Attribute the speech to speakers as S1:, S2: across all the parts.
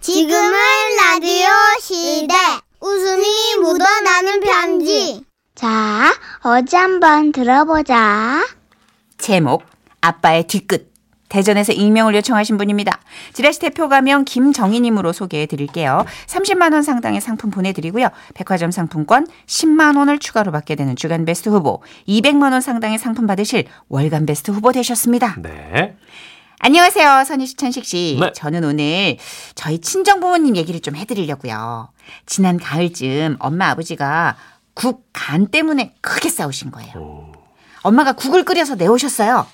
S1: 지금은 라디오 시대. 웃음이 묻어나는 편지.
S2: 자, 어제 한번 들어보자.
S3: 제목 아빠의 뒤끝 대전에서 익명을 요청하신 분입니다. 지라시 대표 가명 김정희님으로 소개해 드릴게요. 30만 원 상당의 상품 보내드리고요. 백화점 상품권 10만 원을 추가로 받게 되는 주간 베스트 후보, 200만 원 상당의 상품 받으실 월간 베스트 후보 되셨습니다.
S4: 네.
S3: 안녕하세요, 선희 씨, 천식 씨.
S4: 네.
S3: 저는 오늘 저희 친정 부모님 얘기를 좀 해드리려고요. 지난 가을쯤 엄마 아버지가 국 간 때문에 크게 싸우신 거예요.
S4: 오.
S3: 엄마가 국을 끓여서 내오셨어요.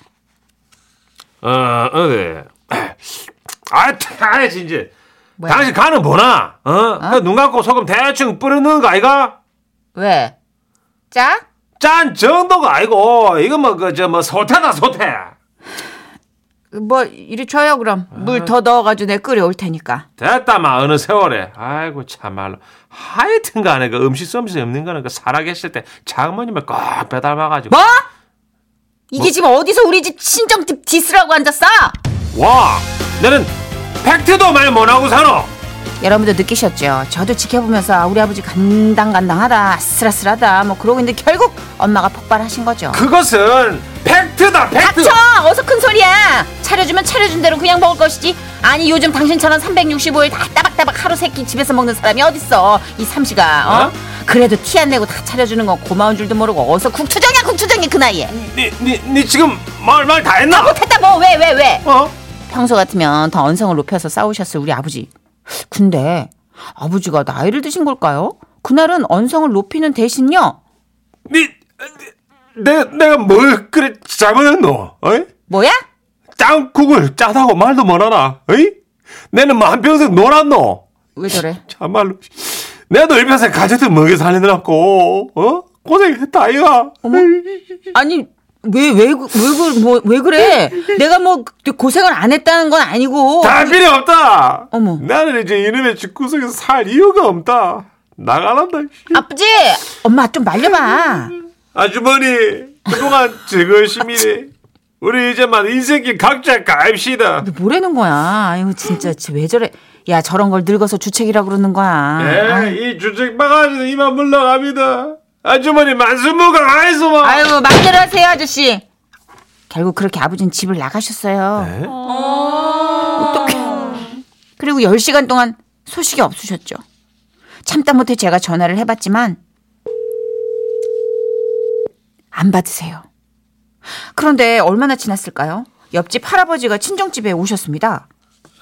S4: 어, 어, 네. 아, 아, 진짜.
S3: 뭐야?
S4: 당신 간은 뭐나? 어? 그눈 감고 소금 대충 뿌리는 거 아이가?
S3: 왜? 짜?
S4: 짠 정도가 아니고 이거 뭐그저뭐 소태다 소태.
S3: 뭐 이리 줘요 그럼 물 더 넣어가지고 내 끓여올 테니까
S4: 됐다 마 어느 세월에. 아이고 참말로. 하여튼간에 그 음식 솜씨 없는 거는 그 살아계실 때 장모님을 꼭 배닮아가지고.
S3: 뭐? 이게 지금 어디서 우리 집 친정집 디스라고 앉았어? 뭐?
S4: 와, 너는 팩트도 말 못하고 사노.
S3: 여러분도 느끼셨죠? 저도 지켜보면서 우리 아버지 간당간당하다 아슬아슬하다 뭐 그러고 있는데 결국 엄마가 폭발하신 거죠
S4: 그것은 팩트다 팩트.
S3: 닥쳐! 어서 큰 소리야! 차려주면 차려준 대로 그냥 먹을 것이지 아니 요즘 당신처럼 365일 다 따박따박 하루 세끼 집에서 먹는 사람이 어딨어 이 삼시가 어?
S4: 어?
S3: 그래도 티 안 내고 다 차려주는 건 고마운 줄도 모르고 어서 국투정이야 국투정이 그 나이에
S4: 니니니 지금 말 말 다 했나?
S3: 못했다 뭐 왜 왜 왜?
S4: 어?
S3: 평소 같으면 더 언성을 높여서 싸우셨을 우리 아버지. 근데 아버지가 나이를 드신 걸까요? 그날은 언성을 높이는 대신요.
S4: 니, 내, 내가 뭘 그래 잘못했노? 어이?
S3: 뭐야?
S4: 짱국을 짜다고 말도 못하나? 어이? 내는 뭐 한평생 놀았노?
S3: 왜 저래?
S4: 참말로. 내도 일평생 가족들 먹여 살리느라고, 어? 고생했다, 아이가.
S3: 아니 왜왜왜그뭐왜 그래? 내가 뭐 고생을 안 했다는 건 아니고.
S4: 다 필요 없다!
S3: 어머.
S4: 나는 이제 이놈의 집구석에서 살 이유가 없다. 나가란다.
S3: 아버지, 엄마 좀 말려봐.
S4: 아주머니, 그동안 즐거우시미니. 우리 이제만 인생길 각자 갑시다.
S3: 근데 뭐라는 거야? 아유 진짜 쟤왜 저래? 야 저런 걸 늙어서 주책이라 그러는 거야.
S5: 아, 네.
S4: 예, 이 주책 바가지는 이만 물러갑니다. 아주머니 만수무강 안에서 와.
S3: 아유 마음대로 하세요 아저씨. 결국 그렇게 아버지는 집을 나가셨어요. 어떡해. 그리고 10시간 동안 소식이 없으셨죠. 참다 못해 제가 전화를 해봤지만 안 받으세요. 그런데 얼마나 지났을까요? 옆집 할아버지가 친정집에 오셨습니다.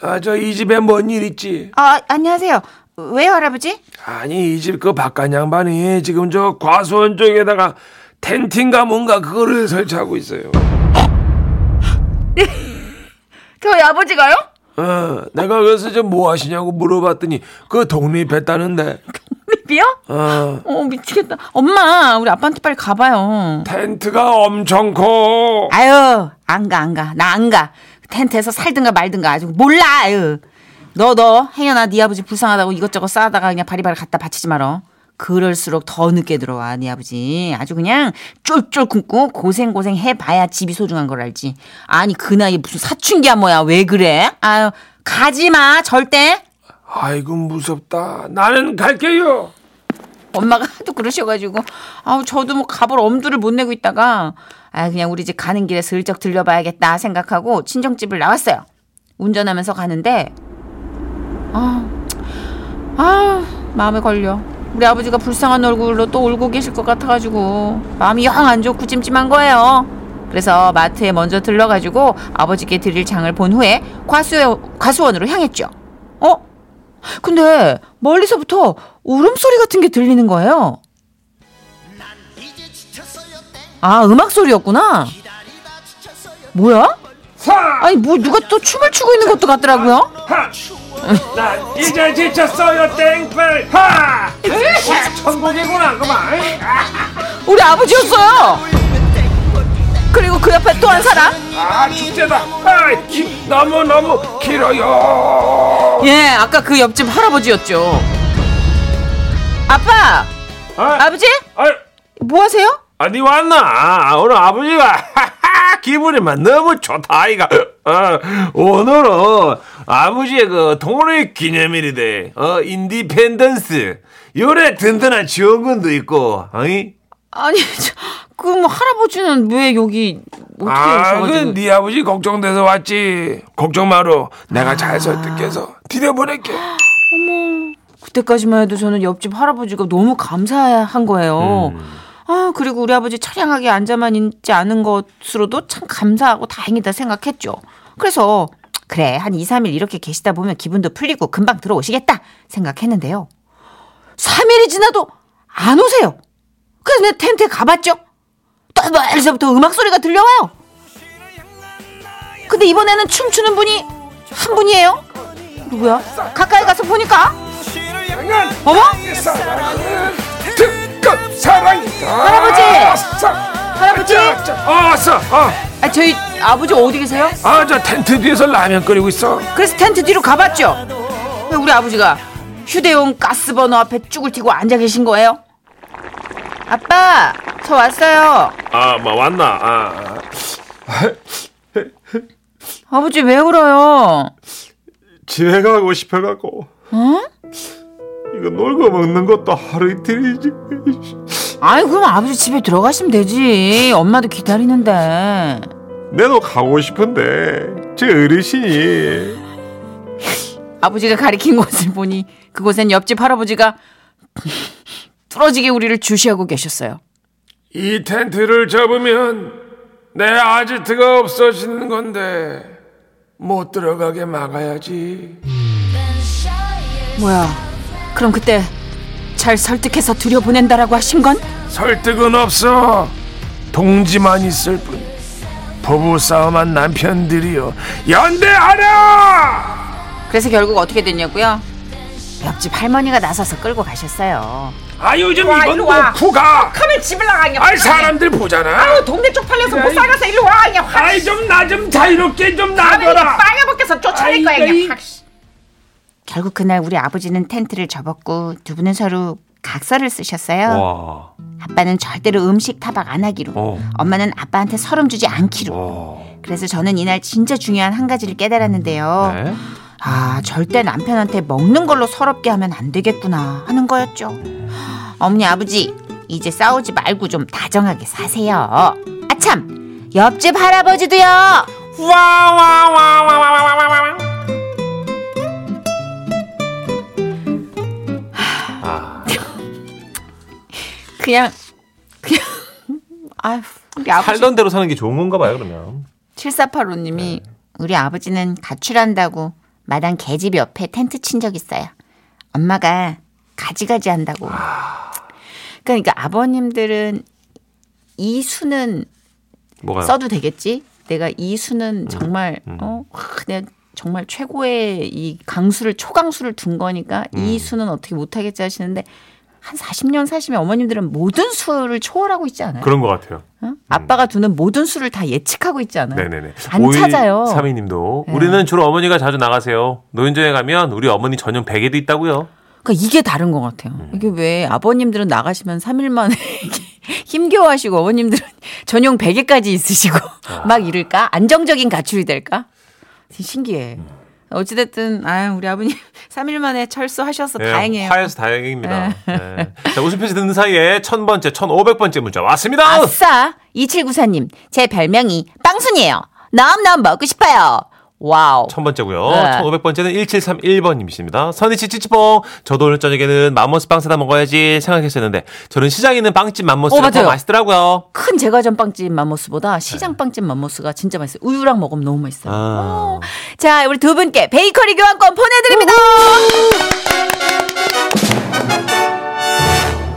S5: 아, 저 이 집에 뭔 일 있지?
S3: 아 안녕하세요. 왜요 할아버지?
S5: 아니, 이 집 그 바깥 양반이 지금 저 과수원 쪽에다가 텐팅가 뭔가 그거를 설치하고 있어요.
S3: 저희 아버지가요?
S5: 어, 내가 그래서 저 뭐 하시냐고 물어봤더니 그 독립했다는데.
S3: 비요?
S5: 어,
S3: 어 미치겠다. 엄마 우리 아빠한테 빨리 가봐요.
S5: 텐트가 엄청 커.
S3: 아유 안 가 안 가 나 안 가. 텐트에서 살든가 말든가 아주 몰라 아유. 너 너 행여나 네 아버지 불쌍하다고 이것저것 싸다가 그냥 바리바리 갖다 바치지 말어. 그럴수록 더 늦게 들어와 네 아버지 아주 그냥 쫄쫄 굶고 고생 고생 해봐야 집이 소중한 걸 알지. 아니 그 나이에 무슨 사춘기야 뭐야 왜 그래? 아유 가지마 절대.
S5: 아이고, 무섭다. 나는 갈게요.
S3: 엄마가 하도 그러셔가지고 아우 저도 뭐 가볼 엄두를 못 내고 있다가 아 그냥 우리 집 가는 길에 슬쩍 들려봐야겠다 생각하고 친정집을 나왔어요. 운전하면서 가는데 아, 아 마음에 걸려. 우리 아버지가 불쌍한 얼굴로 또 울고 계실 것 같아가지고 마음이 영 안 좋고 찜찜한 거예요. 그래서 마트에 먼저 들러가지고 아버지께 드릴 장을 본 후에 과수 과수원으로 향했죠. 어? 근데 멀리서부터 울음소리 같은 게 들리는 거예요. 아, 음악 소리였구나. 뭐야? 아니, 뭐 누가 또 춤을 추고 있는 것도 같더라고요.
S5: 난 이제 지쳤어요, 땡플. 하! 천국이구나,
S3: 아,
S5: 아, 그만.
S3: 우리 아버지였어요. 그리고 그 옆에 또 한 사람.
S5: 아, 축제다. 아, 이- 너무너무 길어요.
S3: 예, 아까 그 옆집 할아버지였죠. 아빠,
S4: 아,
S3: 아버지,
S4: 아,
S3: 뭐 하세요?
S5: 아,
S4: 아, 니 왔나? 오늘 아버지가 기분이 막 너무 좋다 아이가. 어, 오늘은 아버지의 그 독립 기념일이대. 어 인디펜던스. 요래 든든한 지원군도 있고. 어이?
S3: 아니, 저, 그럼 뭐 할아버지는 왜 여기 어떻게
S5: 아,
S3: 오셔가지고?
S5: 그네 아버지 걱정돼서 왔지. 걱정 마로. 내가 잘 설득해서
S3: 아.
S5: 디뎌 보낼게.
S3: 그때까지만 해도 저는 옆집 할아버지가 너무 감사한 거예요. 아, 그리고 우리 아버지 처량하게 앉아만 있지 않은 것으로도 참 감사하고 다행이다 생각했죠. 그래서, 그래, 한 2, 3일 이렇게 계시다 보면 기분도 풀리고 금방 들어오시겠다 생각했는데요. 3일이 지나도 안 오세요. 그래서 내 텐트에 가봤죠. 또 멀리서부터 음악 소리가 들려와요. 근데 이번에는 춤추는 분이 한 분이에요. 누구야? 가까이 가서 보니까 어머?
S5: 사랑은 특급 사랑이다.
S3: 할아버지! 할아버지!
S5: 아싸. 아,
S3: 아, 저희 아버지 어디 계세요?
S5: 아, 저 텐트 뒤에서 라면 끓이고 있어.
S3: 그래서 텐트 뒤로 가봤죠. 근데 우리 아버지가 휴대용 가스버너 앞에 쭈글 튀고 앉아 계신 거예요. 아빠, 저 왔어요.
S5: 아, 뭐 왔나? 아,
S3: 아버지 왜 울어요?
S4: 집에 가고 싶어갖고.
S3: 응?
S4: 이거 놀고 먹는 것도 하루 이틀이지.
S3: 아니 그럼 아버지 집에 들어가시면 되지. 엄마도 기다리는데.
S4: 내도 가고 싶은데 제 어르신이
S3: 아버지가 가리킨 곳을 보니 그곳엔 옆집 할아버지가 뚫어지게 우리를 주시하고 계셨어요.
S5: 이 텐트를 접으면 내 아지트가 없어지는 건데 못 들어가게 막아야지.
S3: 뭐야? 그럼 그때 잘 설득해서 들여보낸다라고 하신 건?
S5: 설득은 없어. 동지만 있을 뿐. 부부 싸움한 남편들이여 연대하라!
S3: 그래서 결국 어떻게 됐냐고요? 옆집 할머니가 나서서 끌고 가셨어요.
S5: 아 요즘
S3: 와,
S5: 이건
S3: 이리 와.
S5: 놓고 가.
S3: 하면 집을 나가냐?
S5: 아 사람들 보잖아.
S3: 동네 쪽팔려서
S5: 못 살아서
S3: 일로 와 그냥
S5: 아이 좀 나 좀 자유롭게 좀 놔둬라.
S3: 빨개벗겨서
S5: 아. 쫓아낼 거야, 그냥. 확.
S3: 결국 그날 우리 아버지는 텐트를 접었고 두 분은 서로 각서를 쓰셨어요.
S4: 와.
S3: 아빠는 절대로 음식 타박 안 하기로.
S4: 어.
S3: 엄마는 아빠한테 서름 주지 않기로.
S4: 어.
S3: 그래서 저는 이날 진짜 중요한 한 가지를 깨달았는데요.
S4: 네?
S3: 아, 절대 남편한테 먹는 걸로 서럽게 하면 안 되겠구나 하는 거였죠. 어머니, 아버지, 이제 싸우지 말고 좀 다정하게 사세요. 아참, 옆집 할아버지도요.
S4: 아.
S3: 그냥 그냥 아휴, 우리 아버지
S4: 살던 대로 사는 게 좋은 건가 봐요, 그러면.
S3: 7485님이
S4: 네.
S3: 우리 아버지는 가출한다고 마당 개집 옆에 텐트 친 적 있어요. 엄마가 가지가지 한다고.
S4: 아.
S3: 그러니까 아버님들은 이 수는
S4: 뭐가요? 음.
S3: 써도 되겠지? 내가 이 수는 정말 어 하, 내가 정말 최고의 이 강수를 초강수를 둔 거니까
S4: 음.
S3: 이 수는 어떻게 못 하겠지 하시는데 한 40년 사시면 어머님들은 모든 수를 초월하고 있지 않아요?
S4: 그런 것 같아요.
S3: 어? 아빠가 두는 모든 수를 다 예측하고 있지 않아요?
S4: 네네네.
S3: 안 찾아요.
S4: 사미님도
S3: 네.
S4: 우리는 주로 어머니가 자주 나가세요. 노인정에 가면 우리 어머니 전용 베개도 있다고요.
S3: 그러니까 이게 다른 것 같아요. 이게 왜 아버님들은 나가시면 3일 만에 이렇게 힘겨워하시고 어머님들은 전용 베개까지 있으시고 막 이럴까? 안정적인 가출이 될까? 신기해. 어찌됐든 아 우리 아버님 3일 만에 철수하셔서
S4: 네,
S3: 다행이에요.
S4: 화해서 다행입니다. 네. 자, 웃음편지 듣는 사이에 천 번째, 천 오백 번째 문자 왔습니다.
S3: 아싸! 2794님, 제 별명이 빵순이에요. 너무너무 먹고 싶어요. 와우.
S4: 천 번째고요.
S3: 네.
S4: 천 오백 번째는 1731번님이십니다. 선희 씨 찌찌뽕. 저도 오늘 저녁에는 맘모스 빵 사다 먹어야지 생각했었는데 저는 시장에 있는 빵집
S3: 어,
S4: 맘모스가
S3: 맞아요.
S4: 더 맛있더라고요.
S3: 큰 제과점 빵집 맘모스보다 시장 빵집 맘모스가 진짜 맛있어요. 우유랑 먹으면 너무 맛있어요.
S4: 아.
S3: 자, 우리 두 분께 베이커리 교환권 보내드립니다.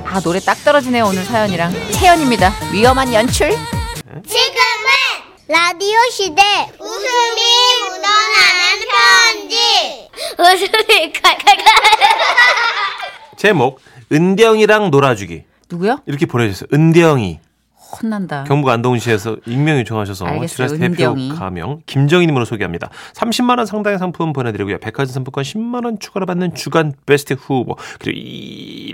S3: 아, 노래 딱 떨어지네요. 오늘 사연이랑. 채연입니다. 위험한 연출.
S1: 지금은 라디오 시대 웃음이 묻어나는 편지 웃음이
S4: 제목 은대영이랑 놀아주기
S3: 누구요?
S4: 이렇게 보내주셨어요. 은대영이
S3: 혼난다.
S4: 경북 안동시에서 익명이 정하셔서
S3: 알겠어요.
S4: 지라스 대표
S3: 은병이.
S4: 가명 김정희님으로 소개합니다. 30만 원 상당의 상품 보내드리고요. 백화점 상품권 10만 원 추가로 받는 주간 베스트 후보 그리고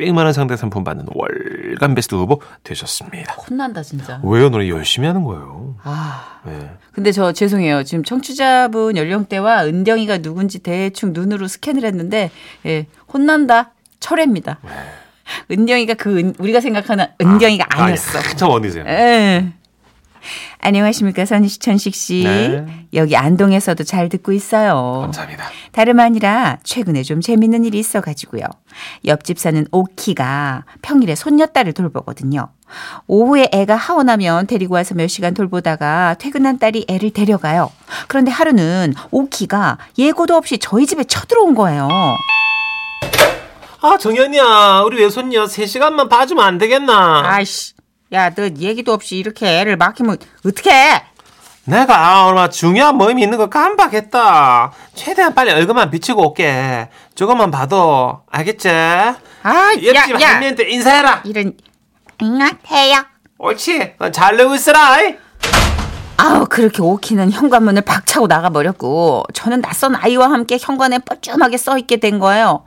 S4: 200만 원 상당의 상품 받는 월간 베스트 후보 되셨습니다.
S3: 혼난다 진짜.
S4: 왜요? 노래 열심히 하는 거예요.
S3: 아
S4: 네.
S3: 근데 저 죄송해요. 지금 청취자분 연령대와 은경이가 누군지 대충 눈으로 스캔을 했는데 예, 혼난다 철회입니다. 은경이가 그 은- 우리가 생각하는 은경이가
S4: 아니,
S3: 아니었어.
S4: 한참 어디세요?
S3: 예. 안녕하십니까 선희시천식 씨.
S4: 네.
S3: 여기 안동에서도 잘 듣고 있어요.
S4: 감사합니다.
S3: 다름 아니라 최근에 좀 재밌는 일이 있어가지고요. 옆집 사는 오키가 평일에 손녀딸을 돌보거든요. 오후에 애가 하원하면 데리고 와서 몇 시간 돌보다가 퇴근한 딸이 애를 데려가요. 그런데 하루는 오키가 예고도 없이 저희 집에 쳐들어온 거예요.
S4: 아 정현이야 우리 외손녀 3시간만 봐주면 안 되겠나?
S3: 아이씨, 야 너 얘기도 없이 이렇게 애를 막히면 어떡해?
S4: 내가 얼마 중요한 모임이 있는 거 깜빡했다. 최대한 빨리 얼굴만 비치고 올게. 저것만 봐도 알겠지?
S3: 아,
S4: 옆집 할머니한테 인사해라.
S3: 이런 안녕하세요.
S4: 옳지? 어, 잘 놀고 있어라. 이.
S3: 아우 그렇게 오키는 현관문을 박차고 나가버렸고 저는 낯선 아이와 함께 현관에 뻘쭘하게 써있게 된 거예요.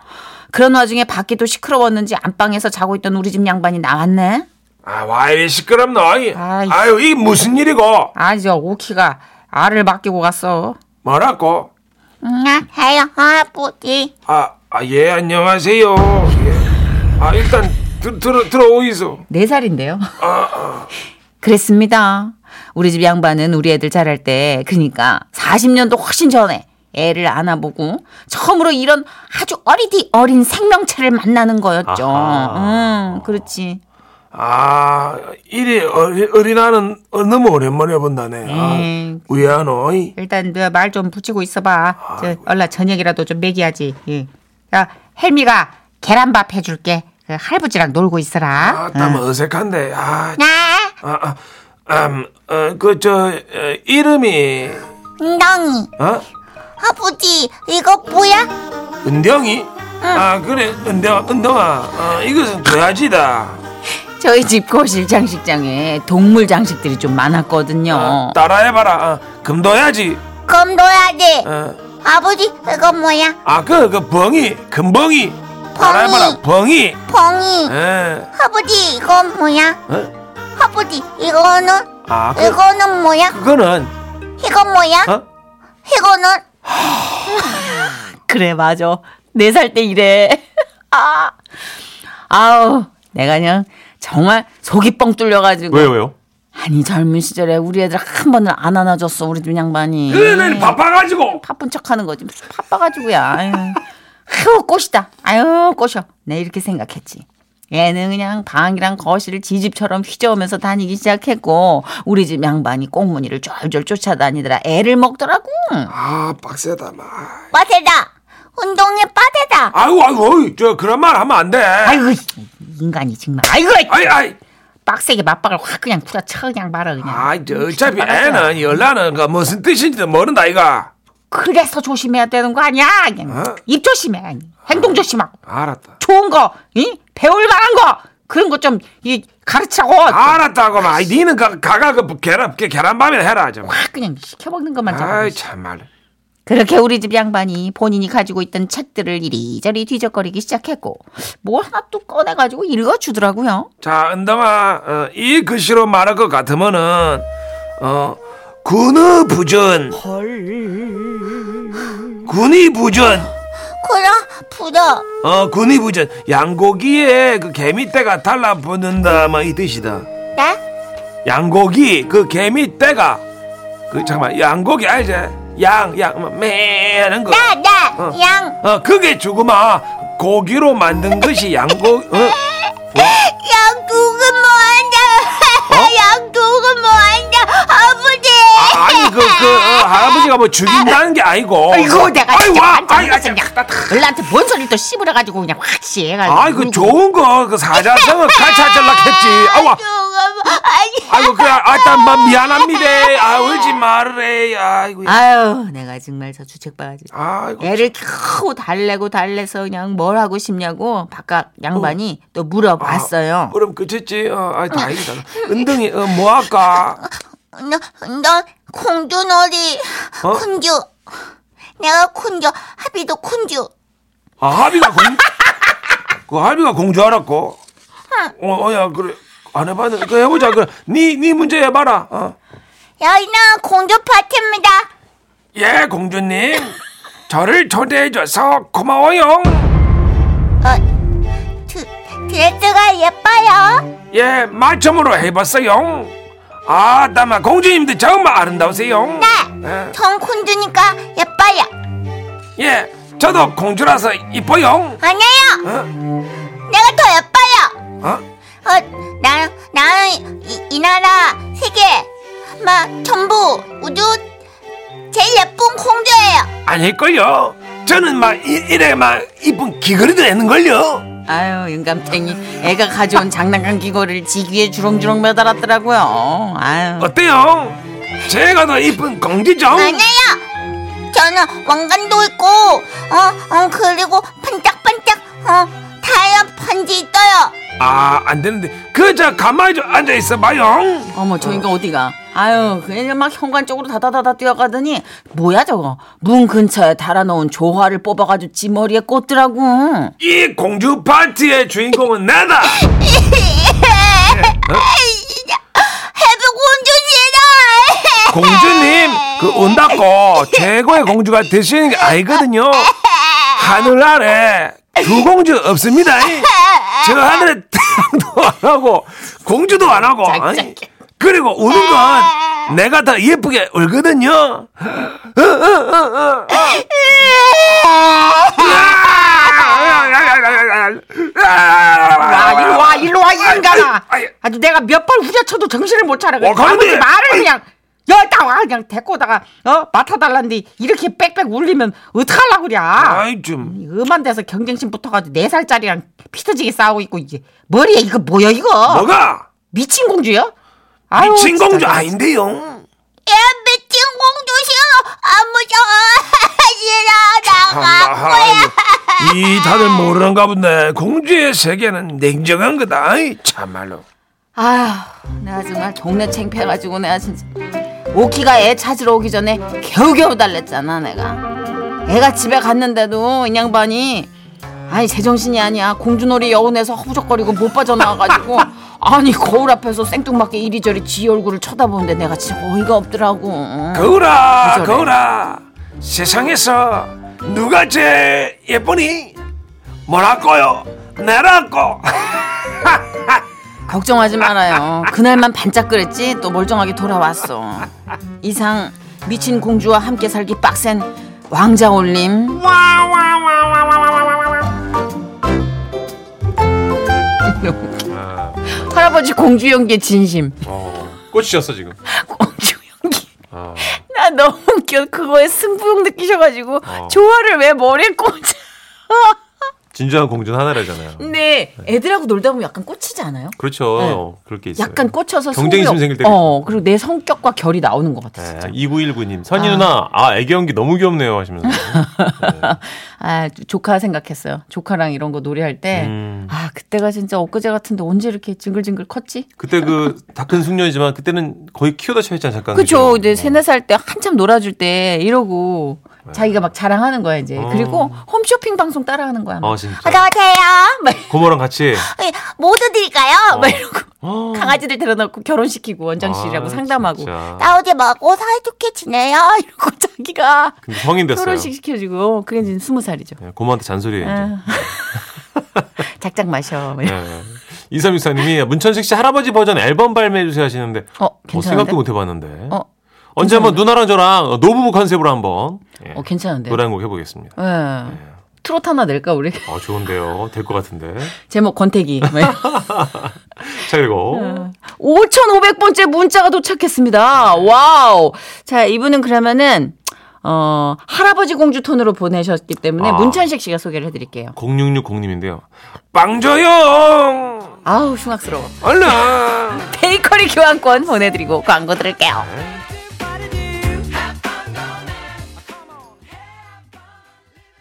S3: 그런 와중에 밖에도 시끄러웠는지 안방에서 자고 있던 우리 집 양반이 나왔네.
S5: 아, 와 이리 시끄럽노. 아이,
S3: 아이.
S5: 아유, 이게 무슨 일이고?
S3: 아니 저 오키가 알을 맡기고 갔어.
S5: 뭐라고?
S1: 안녕하세요, 할아버지.
S5: 아, 아, 예, 안녕하세요. 예. 아, 일단 들, 들어, 들어오이소.
S3: 네 살인데요. 그랬습니다. 우리 집 양반은 우리 애들 자랄 때 그러니까 40년도 훨씬 전에 애를 안아보고 처음으로 이런 아주 어리디 어린 생명체를 만나는 거였죠.
S4: 아하.
S3: 음, 그렇지.
S5: 아, 이리 어리, 어린아는 어, 너무 오랜만에 본다네.
S3: 에이.
S5: 아, 우리 아노이.
S3: 예. 일단 너 말 좀 붙이고 있어봐. 저 얼라 저녁이라도 좀 먹여야지. 예. 야, 헬미가 계란밥 해줄게. 그 할아버지랑 놀고 있어라.
S5: 아,
S3: 음.
S5: 땀 어색한데. 아,
S1: 나,
S5: 아, 아, 음, 어, 그, 저, 어, 이름이,
S1: 엉덩이.
S5: 어?
S1: 아버지, 이거 뭐야?
S5: 은경이? 아, 그래, 은경, 은경아. 어, 이것은 돼지다.
S3: 저희 집 거실 장식장에 동물 장식들이 좀 많았거든요.
S5: 어, 따라해봐라. 어, 금도야지.
S1: 검 둬야지.
S5: 어.
S1: 아버지, 이거 뭐야?
S5: 아, 그, 그, 벙이. 금벙이. 따라해봐라. 벙이.
S1: 펑이.
S5: 예.
S1: 아버지, 이건 뭐야?
S5: 어?
S1: 아버지, 이거는?
S5: 아, 그,
S1: 이거는 뭐야?
S5: 그거는,
S1: 이건 뭐야?
S5: 어?
S1: 이거는?
S3: 그래 맞아. 네 살 때 이래. 아, 아우 내가 그냥 정말 속이 뻥 뚫려가지고.
S4: 왜요 왜요?
S3: 아니 젊은 시절에 우리 애들 한 번을 안 안아줬어 우리 집 양반이.
S5: 그는 바빠가지고.
S3: 바쁜 척하는 거지. 무슨 바빠가지고야. 아유, 아유 꽃이다. 아유 꽃이야. 내 이렇게 생각했지. 얘는 그냥 방이랑 거실을 지집처럼 휘저으면서 다니기 시작했고 우리 집 양반이 꽁무니를 졸졸 쫓아다니더라 애를 먹더라고.
S5: 아, 빡세다, 마.
S1: 빠세다. 운동에 빠세다.
S5: 아이고, 아이고, 어이, 저, 그런 말 하면 안 돼.
S3: 아이고 이 인간이 정말 아이고 아이,
S5: 아이, 아이.
S3: 빡세게 맞박을 확 그냥 구라쳐 그냥 말아 그냥.
S5: 아, 저 어차피 애는 열나는 거 무슨 뜻인지도 모른다 이가.
S3: 그래서 조심해야 되는 거 아니야? 그냥
S5: 어?
S3: 입 조심해. 아니. 행동 조심하고
S5: 알았다.
S3: 좋은 거, 이? 배울 만한 거 그런 거 좀 이 가르치라고.
S5: 아. 알았다고 마. 아이, 니는 가, 가가 그 계란 그 계란밥이나 해라 좀.
S3: 확 그냥 시켜 먹는 것만 잡아.
S5: 아이 참말.
S3: 그렇게 우리 집 양반이 본인이 가지고 있던 책들을 이리저리 뒤적거리기 시작했고 뭘 하나 또 꺼내 가지고 읽어 주더라고요.
S5: 자, 은담아, 어, 이 글씨로 말할 것 같으면은 어 군의 부전. 군의 부전.
S1: 그럼, 부러.
S5: 어 군의 부전. 양고기에 그 개미떼가 달라붙는다 막 이 뜻이다.
S1: 나?
S5: 양고기 그 개미떼가 그 잠깐만 양고기 알지? 양양매 하는 거.
S1: 나, 나,
S5: 어.
S1: 양,
S5: 어 그게 죽음아 고기로 만든 것이 양고 어? 어?
S1: 양 국은 뭐 한다. 양 국은 뭐 한다. 아버지.
S5: 아니 그 그 할아버지 내가 뭐 죽인다는 게 아니고.
S6: 아이고 내가
S5: 아이,
S6: 진짜
S5: 와, 아이,
S6: 완전
S5: 아이,
S6: 놀랐어 그냥 을라한테 뭔 소리를 또 씹으려 가지고 그냥 확시 해가지고
S5: 아이 그 좋은 거 그 사자성어 같이 하잘락했지 아와
S1: 뭐, 아니
S5: 아이고 그래 아따 마 미안합니다 아 울지 말래 아이고
S6: 아유 내가 정말 저 주책바가지
S4: 그렇죠.
S5: 아이고
S6: 애를 겨우 달래고 달래서 그냥 뭘 하고 싶냐고 바깥 양반이
S4: 어.
S6: 또
S4: 아.
S6: 물어봤어요
S5: 그럼 그쳤지 어, 아 다행이다 은등이 어, 뭐 할까
S1: 너, 너 콩주놀이
S5: 어?
S1: 콩주 내가 콩주 하비도 콩주
S5: 아 하비가 공그 하비가 공주 알았고 어야 그래 안 해봤는데 그 해보자 그래 니니 문제 해봐라 어.
S1: 여기는 공주 파티입니다
S5: 예 공주님 저를 초대해줘서 고마워요
S1: 어, 드, 드레스가 예뻐요
S5: 예 맞춤으로 해봤어요 아따마 공주님도 정말 아름다우세요
S1: 네.
S5: 예.
S1: 전 콩주니까 예뻐요
S5: 예, 저도 공주라서 이뻐요.
S1: 아니에요
S5: 어?
S1: 내가 더 예뻐요
S5: 어?
S1: 어, 나, 나는 이, 이 나라 세계 막 전부 우주 제일 예쁜 공주예요
S5: 아닐걸요. 저는 막 이- 이래 막 이쁜 귀걸이도 내는걸요.
S6: 아유 영감탱이 애가 가져온 장난감 기거를 지귀에 주렁주렁 매달았더라고요 아유
S5: 어때요? 제가 더 이쁜 공주죠?
S1: 아니에요 저는 왕관도 있고 어, 어 그리고 반짝반짝 어 다이아 반지 있어요
S5: 아, 안 되는데. 그저 가만히 좀 앉아 있어 봐요.
S6: 어머 저 인간 어디가 아유 그냥 막 현관 쪽으로 다다다다 뛰어가더니 뭐야 저거 문 근처에 달아놓은 조화를 뽑아가지고 지 머리에 꽂더라고
S5: 이 공주 파티의 주인공은 나다.
S1: 해부 공주시다
S5: 공주님, 그 온다고 최고의 공주가 되시는 게 아니거든요. 하늘 아래 두 공주 없습니다. 저 하늘에 태양도 안 하고 공주도 안 하고 아니, 그리고 우는 건 내가 더 예쁘게 울거든요. 어, 어, 어, 어, 어.
S6: 아, 와 일로 와 일로 와 인간아
S5: 아이, 아이.
S6: 아주 내가 몇 번 후려쳐도 정신을 못 차려
S5: 어, 가운데.
S6: 아버지 말을
S5: 아이.
S6: 그냥 여기다 와 그냥 데리고 오다가 어 맡아달란데 이렇게 빽빽 울리면 어떡하려고 그래
S5: 아이 좀
S6: 음한 데서 경쟁심 붙어가지고 네살짜리랑 피터지게 싸우고 있고 이게 머리에 이거 뭐야 이거
S5: 뭐가
S6: 미친 공주요? 아유,
S5: 미친
S6: 진짜
S5: 공주
S6: 내가
S5: 아닌데요.
S1: 야 미친 공주 싫어 안 무서워 싫어 나가
S5: 아, 아이고. 이 다들 모르는가 본데 공주의 세계는 냉정한 거다. 아이, 참말로.
S6: 아휴, 내가 정말 동네 창피해가지고 내가 진짜 오키가 애 찾으러 오기 전에 겨우겨우 달랬잖아 내가 애가 집에 갔는데도 인양반이 아니 제정신이 아니야 공주놀이 여운에서 허부적거리고 못 빠져나와가지고 아니 거울 앞에서 생뚱맞게 이리저리 지 얼굴을 쳐다보는데 내가 진짜 어이가 없더라고
S5: 거울아
S6: 기절해.
S5: 거울아 세상에서 누가 제일 예쁘니? 뭐라고요? 내라고
S6: 걱정하지 말아요 그날만 반짝거렸지 또 멀쩡하게 돌아왔어 이상 미친 공주와 함께 살기 빡센 왕자 올림 할아버지 공주 연기 진심.
S4: 꽂히셨어 지금. 아.
S6: 공주 연기.
S5: 아.
S6: 나 너무 웃겨. 그거에 승부욕 느끼셔가지고
S4: 어.
S6: 조화를 왜 머리에 꽂아?
S4: 진정한 공주는 하나라잖아요.
S5: 음.
S6: 근데 애들하고 놀다 보면 약간 꽂히지 않아요?
S4: 그렇죠.
S5: 네.
S4: 그렇게 있어요.
S6: 약간 꽂혀서
S4: 경쟁심
S6: 승부욕-
S4: 생길 때가
S6: 어 그리고 내 성격과 결이 나오는 것 같아 진짜.
S4: 2919님 네, 선희 누나 아 애기 연기 너무 귀엽네요 하시면서
S6: 아 조카 생각했어요. 조카랑 이런 거 노래할
S5: 네.
S6: 때.
S4: 음.
S6: 아 그때가 진짜 엊그제 같은데 언제 이렇게 징글징글 컸지?
S4: 그때 그 다 큰 숙녀이지만 그때는 거의 키우다 채웠잖아요 어. 음. 잠깐
S6: 그쵸.
S4: 그죠?
S6: 이제 세네 살 때 한참 놀아줄 때 이러고
S4: 네.
S6: 자기가 막 자랑하는 거야 이제.
S4: 어.
S6: 그리고 홈쇼핑 방송 따라하는 거야. 막.
S4: 어
S5: 아,
S4: 진짜
S1: 어서오세요
S6: 막
S4: 고모랑 같이
S1: 뭐 드릴까요?
S4: 어.
S6: 막 이러고
S4: 어.
S6: 강아지들 데려놓고 결혼시키고 원장실이라고
S4: 아,
S6: 상담하고
S4: 진짜.
S1: 싸우지말고 사이좋게 지내요
S6: 이러고 자기가
S4: 근데 성인 됐어요
S6: 결혼식 시켜주고 그게 지금 스무 살이죠.
S4: 예, 고모한테 잔소리예요 이제
S6: 아. 네. 작작 마셔. 막 이러-
S4: 예. 2364님이 문천식 씨 할아버지 버전 앨범 발매해주세요 하시는데
S6: 어
S4: 어,
S6: 괜찮은데?
S4: 생각도 못 해봤는데
S6: 어,
S4: 언제 한번 누나랑 저랑 어, 노부부 컨셉으로 한번 예,
S6: 어 괜찮은데.
S4: 노래 한 곡 해보겠습니다
S6: 예. 트로트 하나 낼까 우리?
S4: 어 좋은데요 될 것 같은데
S6: 제목 권태기. 뭐
S4: 자 그리고
S6: 어.
S4: 5,500번째 네.
S6: 5,500번째 문자가 도착했습니다. 와우. 자 이분은 그러면은 어, 할아버지 공주 톤으로 보내셨기 때문에
S4: 아.
S6: 문천식 씨가 소개를 해드릴게요.
S4: 0660님인데요. 빵 줘요!
S6: 아우 흉악스러워.
S4: 얼른!
S6: 베이커리 교환권 보내드리고 광고 들을게요.